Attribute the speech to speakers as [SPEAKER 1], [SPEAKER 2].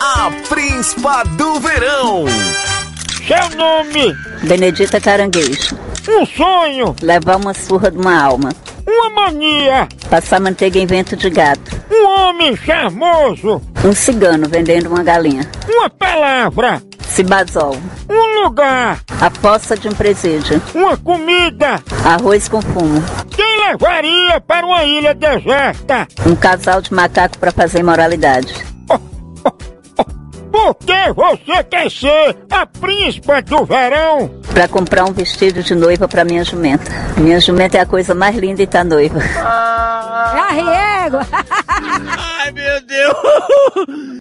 [SPEAKER 1] a Príncipa do Verão.
[SPEAKER 2] Seu nome,
[SPEAKER 3] Benedita Caranguejo.
[SPEAKER 2] um sonho,
[SPEAKER 3] Levar uma surra de uma alma.
[SPEAKER 2] uma mania,
[SPEAKER 3] Passar manteiga em vento de gato.
[SPEAKER 2] um homem charmoso,
[SPEAKER 3] Um cigano vendendo uma galinha.
[SPEAKER 2] uma palavra,
[SPEAKER 3] Cibazol.
[SPEAKER 2] um lugar,
[SPEAKER 3] A poça de um presídio.
[SPEAKER 2] uma comida.
[SPEAKER 3] Arroz com fumo.
[SPEAKER 2] Quem levaria para uma ilha deserta?
[SPEAKER 3] Um casal de macaco pra fazer imoralidade.
[SPEAKER 2] Por que você quer ser a príncipa do verão?
[SPEAKER 3] Pra comprar um vestido de noiva pra minha jumenta. Minha jumenta é a coisa mais linda e tá noiva.
[SPEAKER 4] Arriego!
[SPEAKER 1] Ai, meu Deus.